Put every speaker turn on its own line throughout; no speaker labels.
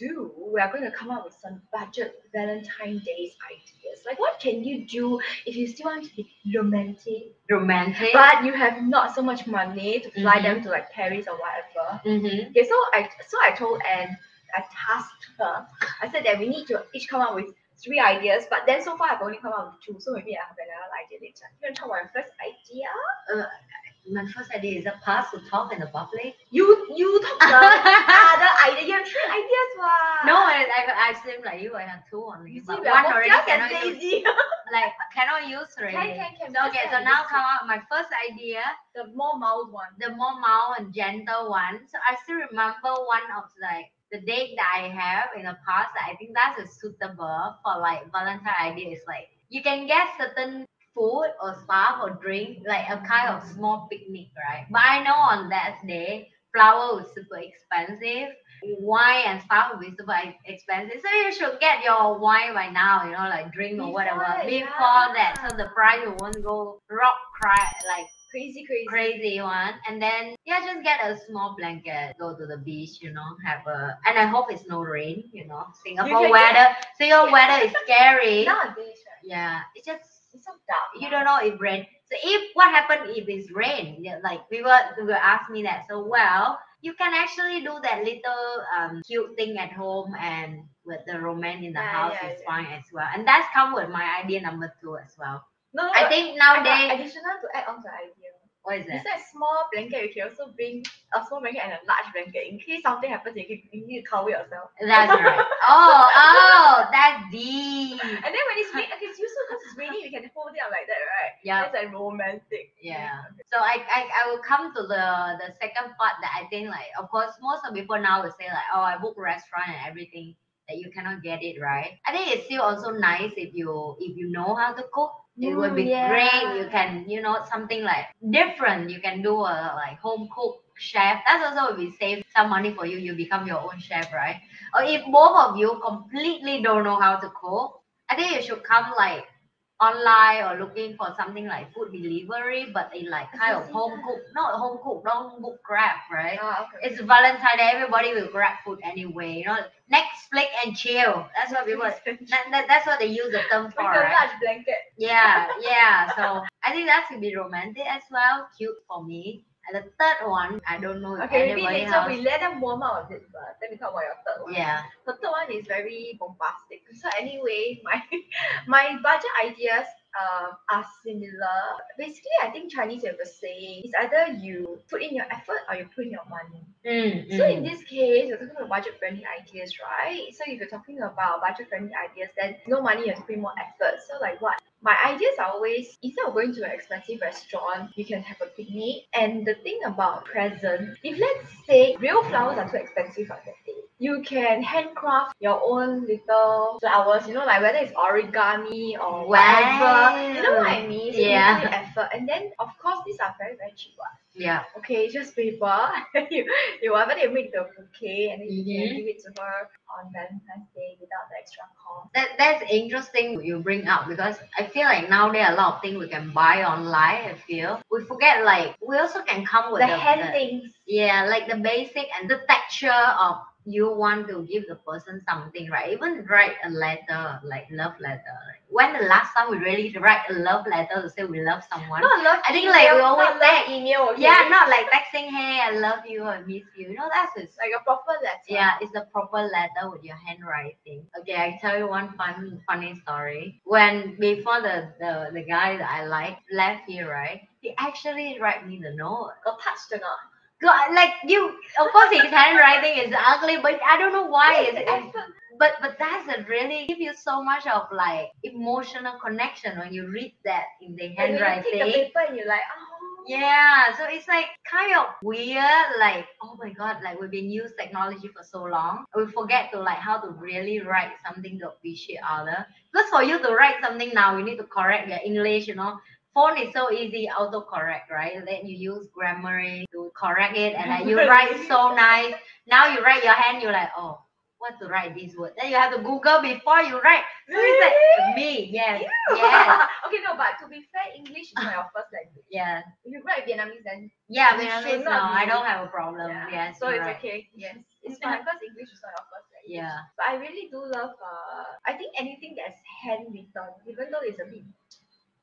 we are going to come up with some budget Valentine Days ideas. Like, what can you do if you still want to be romantic,
Romantic.
but you have not so much money to fly them to like Paris or whatever?
mm-hmm.
Okay, so I so I told Anne, I tasked her. I said that we need to each come up with three ideas, but then so far I've only come up with two, so maybe I have another idea later. You want to talk about my first idea?
My first idea is a pass to talk in the public.
You you talk about other idea. You have three ideas, what?
No, I, I, I seem like you. I have two only.
You see,
but
we are
one
both
already
just
cannot
as
use.
lazy.
Like cannot use already.
Can, can, can.
So,
Just
okay,
like
so
we
now
used to.
come out my first idea,
the more mild one.
the more mild and gentle one. So I still remember one of like the date that I have in the past. That I think that's a suitable for like Valentine idea. Is like you can get certain food or stuff or drink like a kind of small picnic, right? But I know on that day flower was super expensive. Wine and stuff will be super ex- expensive. So you should get your wine by now, you know, like drink or
Before
whatever
that,
before
yeah.
that. So the price won't go rock cry like
Crazy, crazy.
crazy one and then yeah just get a small blanket go to the beach you know have a and i hope it's no rain you know singapore
can
weather singapore
Yeah.
weather is scary
Nowadays, right?
yeah it's just
It's so dark.
you don't know if rain so if what happened if it's rain Yeah, like people will ask me that so well you can actually do that little um cute thing at home and with the romance in the
Yeah,
house
yeah,
is
yeah.
fine as well and that's come with my idea number two as well
No, no,
i
but
think
Oh, I got
nowadays
additional to add on to the idea.
what is it
Besides small blanket, you can also bring a small blanket and a large blanket in case something happens. You, can, you need to cover yourself.
That's right. Oh, oh, that's deep.
And then when it's raining, okay, it's useful because it's raining. You can hold it up like that, right?
Yeah,
It's like romantic.
yeah. So I, I, I will come to the the second part that I think like of course most of people now will say like oh I book restaurant and everything that you cannot get it right. I think it's still also nice if you if you know how to cook. It would be
Mm, yeah.
great. You can you know something like different. You can do a like home cook chef. That's also will be save some money for you. You become your own chef, right? or if both of you completely don't know how to cook, I think you should come like online or looking for something like food delivery, but in like kind of home cook, not home cook, don't book grab, right?
Ah, okay.
It's Valentine Day, everybody will grab food anyway, you know. Netflix and chill. That's what people
Bring
that, that, that's what they use the term for,
a
right?
large blanket.
Yeah, yeah. So I think that could be romantic as well, cute for me. And the third one, I don't know if
Okay, maybe
anybody
later
else.
we let them warm up a bit first. Then we talk about your third one.
Yeah.
The third one is very bombastic. So anyway, my my budget ideas um, are similar. Basically, I think Chinese have a saying: it's either you put in your effort or you put in your money.
Mm,
So
mm.
in this case, you're talking about budget friendly ideas, right? So if you're talking about budget friendly ideas, then no money, you have to put in more effort. So like what? My ideas are always instead of going to an expensive restaurant, you can have a picnic. And the thing about present, if let's say real flowers are too expensive on that day, you can handcraft your own little flowers, you know, like whether it's origami or whatever. You know what I mean? So you
Yeah.
put in effort. And then of course these are very, very cheap. what.
Yeah.
Okay, just paper. you, you whatever they make the bouquet and then you
Mhm.
can give it to her on Valentine's Day without the extra cost.
That that's interesting you bring up because I feel like now there are a lot of things we can buy online. I feel we forget like we also can come with
the hand things.
Oh, yeah, like the basic and the texture of you want to give the person something, right? Even write a letter, like love letter. Like, when the last time we really write a love letter to say we love someone?
Not love
I think like
email,
we always
not love
text.
email. okay?
Yeah, not like texting, hey, I love you, I miss you. You know, that's just
like a proper letter.
yeah, it's the proper letter with your handwriting. Okay, I tell you one fun, funny story. When before the, the the guy that I like left here, right? He actually write me the note.
Got touched or not?
God, like you, of course, his handwriting is ugly, but I don't know why.
It's
It's,
the effort.
but but that's a really give you so much of like emotional connection when you read that in the
And when you
handwriting.
take the paper and you're like, oh.
Yeah, so it's like kind of weird, like oh my god, like we've been used technology for so long, we forget to like how to really write something to appreciate other. Because for you to write something now, you need to correct your English, you know. Phone is so easy, autocorrect, right? Then you use grammar to correct it, and like, you write so nice. Now you write your hand, you're like, oh, what to write this word? Then you have to Google before you write. So it's like me, yes, yes,
okay, no, but to be fair, English is not your first language.
yes.
If you write Vietnamese, then
Yeah,
You should
Vietnamese. No,
not
I
be-
don't have a problem.
yeah.
Um, Yes,
so
you're
it's
right.
okay. Yes,
It's
it's fine because English is not your first language.
Yeah.
But I really do love. Uh, I think anything that's handwritten, even though it's a bit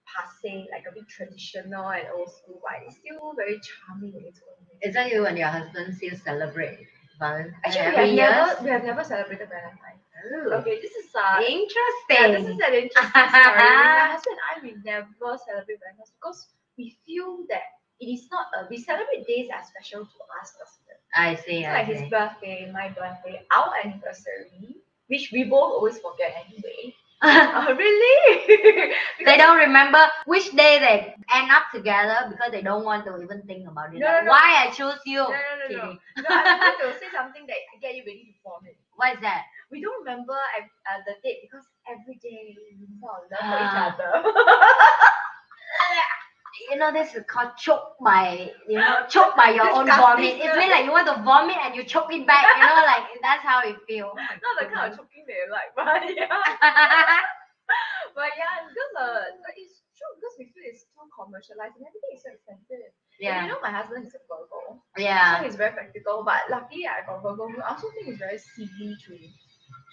passe, like a bit traditional and old school, but it's still very charming in its own way.
Is that you and your husband still celebrate Valentine's
Actually,
every
we have
year?
never we have never celebrated Valentine's.
Oh,
Okay, this is uh, yeah,
Interesting.
this is an interesting story. My husband and I we never celebrate Valentine's because we feel that it is not a we celebrate days that are special to us personally.
I see.
So
I
like
see.
his birthday, my birthday, our anniversary, which we both always forget anyway. Oh really?
they
Because-
don't remember which day they end up together because they don't want to even think about it.
No,
Like,
no, no.
Why I choose you?
No, no, no, no.
Kidding.
No, I wanted to say something that get you ready to vomit.
What is that?
We don't remember ev- uh, the date because every day we fall in love for each
Ah.
other.
You know, this is called choke by, you know, choke by your own
Disgusting.
vomit. It's mean like you want to vomit and you choke it back, you know, like that's how it feels.
Not the kind of choking they like, but yeah. But yeah, because uh, but it's true because we feel it's too commercialized and everything is so expensive. And
yeah.
you know, my husband is a Virgo, so
Yeah.
he's very practical. But luckily, I got Virgo. who I also think it's very silly to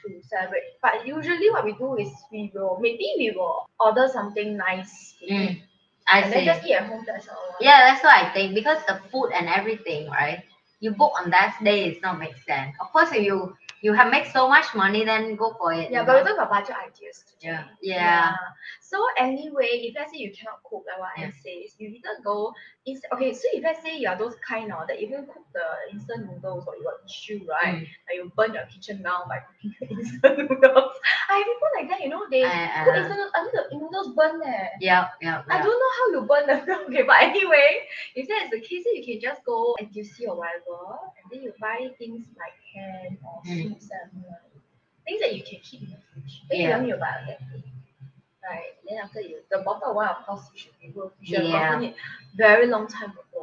to celebrate. But usually, what we do is we will maybe we will order something nice to
Mm,
eat
I
and then
see.
just eat at home. That's all.
Yeah, that's what I think because the food and everything, right? You book on that day, it's not make sense. Of course, if you you have make so much money, then go for it.
Yeah,
you
but we
know?
talk about budget ideas today.
yeah, yeah,
So anyway, if let's say you cannot cook, like what I
Yeah.
says, you either go is okay. So if let's say you are those kind of that even cook the instant noodles or you got issue, right?
Mm.
Like you burn your kitchen down by cooking the instant noodles. I have people like that, you know, they
I-
cook
I-
instant noodles, I mean, the noodles burn there.
yeah, yeah.
I
yeah.
don't know how you burn them. okay, but anyway, if that is the case, then you can just go NTUC or whatever, and then you buy things like ham or
Mm.
soups and like, things that you can keep in the fridge. Then you
Yeah.
don't need to buy on that day. Right. Then after you, the bottle one of course you should be able, you should have
Yeah.
gotten it very long time ago.